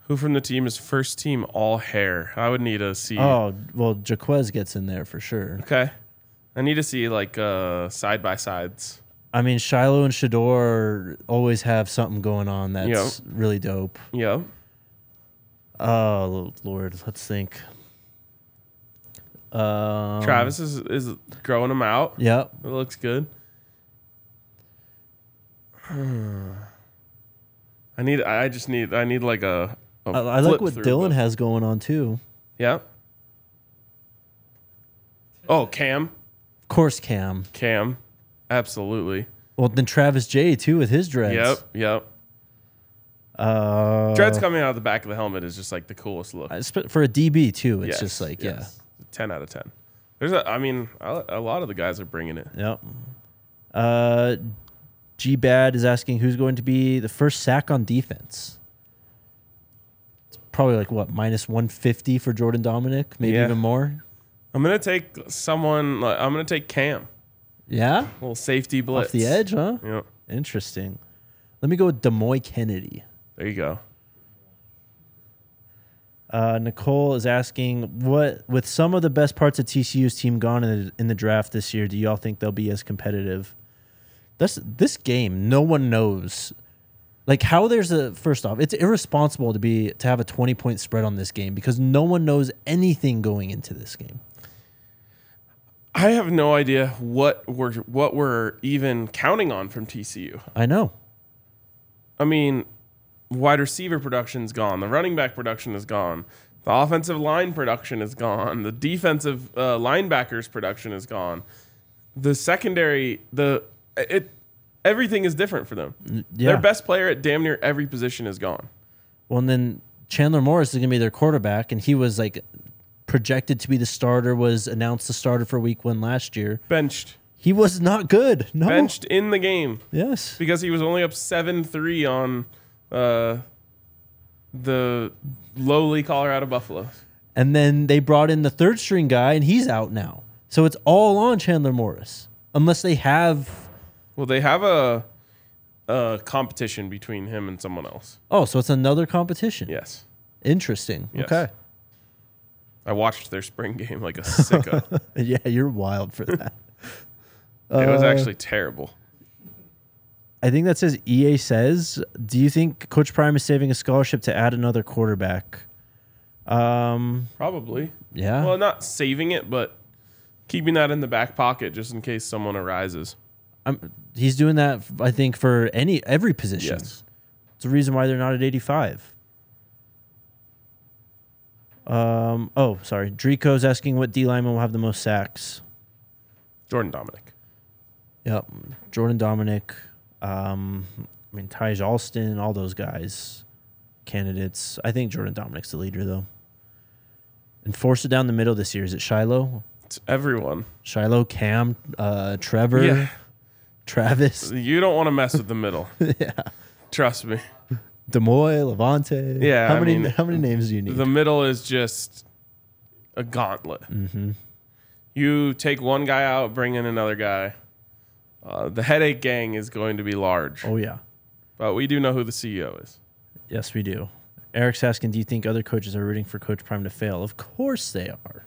Who from the team is first team all hair? I would need to see.
Oh well, Jaquez gets in there for sure.
Okay. I need to see like uh side by sides.
I mean, Shiloh and Shador always have something going on that's really dope.
Yeah.
Oh Lord, let's think. Um,
Travis is is growing them out.
Yep.
It looks good. I need. I just need. I need like a. a
I, I like
flip
what
through,
Dylan
but-
has going on too.
Yeah. Oh, Cam.
Of course, Cam.
Cam. Absolutely.
Well, then Travis J too with his dreads.
Yep. Yep.
Uh,
Dreads coming out of the back of the helmet is just like the coolest look.
I sp- for a DB too. It's
Yes,
just like
yes. Ten out of ten. There's a. I mean, a, a lot of the guys are bringing it.
yeah. Yep. Uh, G Bad is asking who's going to be the first sack on defense. It's probably like what minus one fifty for Jordan Dominic, maybe
Yeah.
even more.
I'm gonna take someone. Like, I'm gonna take Cam.
Yeah,
little safety blitz
off the edge, huh?
Yeah.
Interesting. Let me go with Demoy Kennedy.
There you go.
Uh, Nicole is asking what with some of the best parts of TCU's team gone in the, in the draft this year, do y'all think they'll be as competitive? This this game, no one knows. Like how there's a first off, it's irresponsible to be to have a 20 point spread on this game because no one knows anything going into this game.
I have no idea what we're what we're even counting on from TCU.
I know.
I mean, wide receiver production's gone. The running back production is gone. The offensive line production is gone. The defensive uh, linebackers production is gone. The secondary, the it, everything is different for them.
Yeah.
Their best player at damn near every position is gone.
Well, and then Chandler Morris is going to be their quarterback and he was like projected to be the starter was announced the starter for week 1 last year.
Benched,
He was not good. No.
benched in the game.
Yes.
because he was only up seven three on uh, the lowly Colorado Buffaloes.
And then they brought in the third string guy, and he's out now. So it's all on Chandler Morris, unless they have.
Well, they have a, a competition between him and someone else.
Oh, so it's another competition.
Yes,
Interesting.
Yes.
Okay.
I watched their spring game like a sicko. it
Yeah, you're wild for that.
was
Uh.
actually terrible.
I think that says EA says, do you think Coach Prime is saving a scholarship to add another quarterback? Um,
Probably.
yeah.
Well, not saving it, but keeping that in the back pocket just in case someone arises.
I'm, he's doing that, I think, for any every position.
Yes.
It's the reason why they're not at 85. Um, oh, sorry. Drico's asking what D lineman will have the most sacks.
Jordan Dominic.
Yep. Jordan Dominic. Um, I mean, Taj Alston, all those guys, candidates. I think Jordan Dominic's the leader, though. And force it down the middle this year. Is it Shiloh?
It's everyone.
Shiloh, Cam, uh, Trevor,
Yeah.
Travis,
You don't want to mess with the middle. yeah. Trust me.
Demoy, Levante.
Yeah,
How
I
many
mean,
how many names do you need?
The middle is just a gauntlet.
Mm-hmm.
You take one guy out, bring in another guy. Uh, the headache gang is going to be large,
oh yeah.
but we do know who the CEO is.
Yes, we do. Eric's asking, do you think other coaches are rooting for Coach Prime to fail? Of course they are.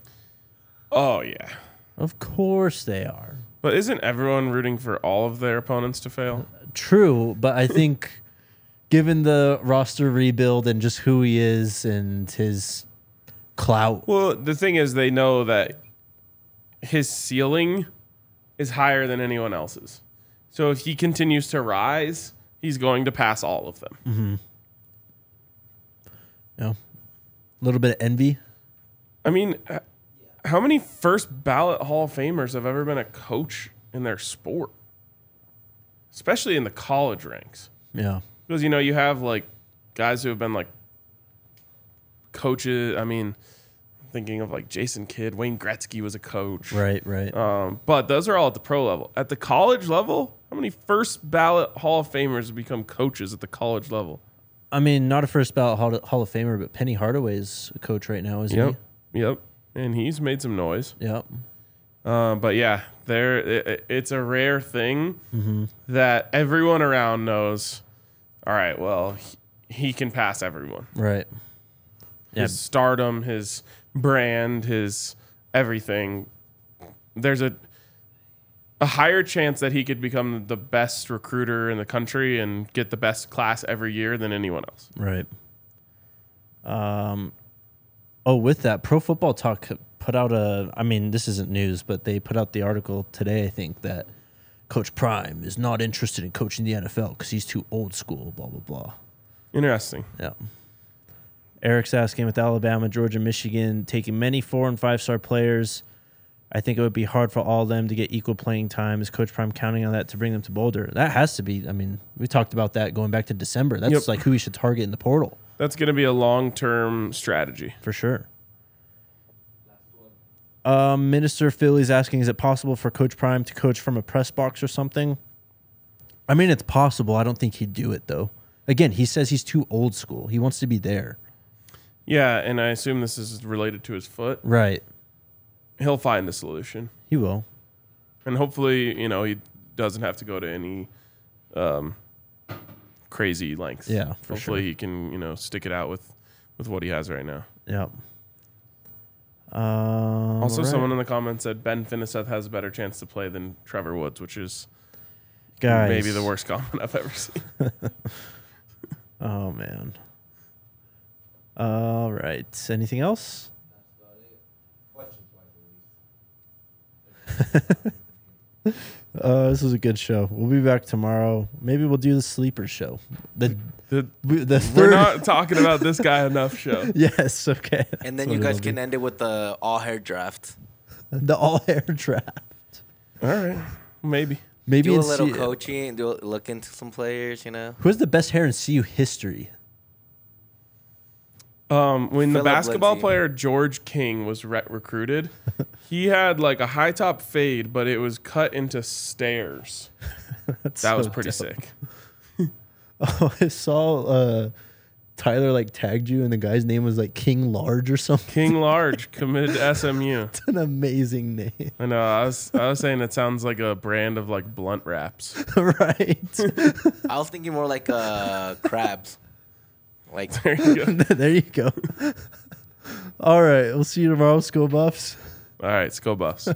Oh yeah,
Of course they are.
but isn't everyone rooting for all of their opponents to fail?
True, but I think given the roster rebuild and just who he is and his clout,
Well, the thing is, they know that his ceiling is higher than anyone else's. So if he continues to rise, he's going to pass all of them.
you know, a little bit of envy.
I mean, h- how many first ballot Hall of Famers have ever been a coach in their sport? Especially in the college ranks.
Yeah.
Because, you know, you have like guys who have been like coaches. I mean, thinking of like Jason Kidd, Wayne Gretzky was a coach.
Right, right.
Um, but those are all at the pro level. At the college level, how many first ballot Hall of Famers have become coaches at the college level?
I mean, not a first ballot Hall, Hall of Famer, but Penny Hardaway's a coach right now, isn't
Yep. And he's made some noise.
he? Yep.
Uh, but yeah, there it, it's a rare thing that everyone around knows. All right, well, he, he can pass everyone.
Right. Yeah.
his stardom, his brand, his everything. There's a a higher chance that he could become the best recruiter in the country and get the best class every year than anyone else.
Right. Um. Oh, with that, Pro Football Talk put out a. I mean, this isn't news, but they put out the article today. I think that Coach Prime is not interested in coaching the NFL because he's too old school. Blah blah blah.
Interesting.
Yeah. Eric's asking with Alabama, Georgia, Michigan taking many four and five star players. I think it would be hard for all of them to get equal playing time. Is Coach Prime counting on that to bring them to Boulder? That has to be. I mean, we talked about that going back to December. That's
Yep.
like who we should target in the portal
That's going to be a long term strategy.
for sure. Um, Minister Philly's asking, is it possible for Coach Prime to coach from a press box or something? I mean, it's possible. I don't think he'd do it though. Again, he says he's too old school. He wants to be there.
Yeah, and I assume this is related to his foot.
Right.
He'll find the solution,
He will.
and hopefully, you know, he doesn't have to go to any um, crazy lengths.
Yeah, for
hopefully
sure.
he can, you know, stick it out with with what he has right now.
Yep. Um,
Also,
alright.
someone in the comments said Ben Finiseth has a better chance to play than Trevor Woods, which is
Guys.
maybe the worst comment I've ever seen.
Oh man. All right. Anything else? Uh, this was a good show. We'll be back tomorrow. Maybe we'll do the sleeper show. The
The-
we- the 3rd
We're not talking about this guy enough. Show
yes. Okay.
And
That's
then you
what
guys
it'll
can end it with the all hair draft.
be. the all hair draft.
maybe.
Maybe
Do a
in
little
CU
coaching. Do a- look into some players. You know.
Who has the best hair in CU history?
Um, when the
Philip
basketball
Lindsay.
player George King was re- recruited, he had like a high top fade, but it was cut into stairs.
That's
That
so
was pretty
dope.
sick.
Oh, I saw uh, Tyler like tagged you, and the guy's name was like King Large or something.
King Large committed to SMU.
An amazing name,
I know. uh, I was I was saying it sounds like a brand of like blunt wraps.
right?
I was thinking more like uh crabs. Like
There you go.
there you go. All right, we'll see you tomorrow, School Buffs.
All right, let's go Buffs.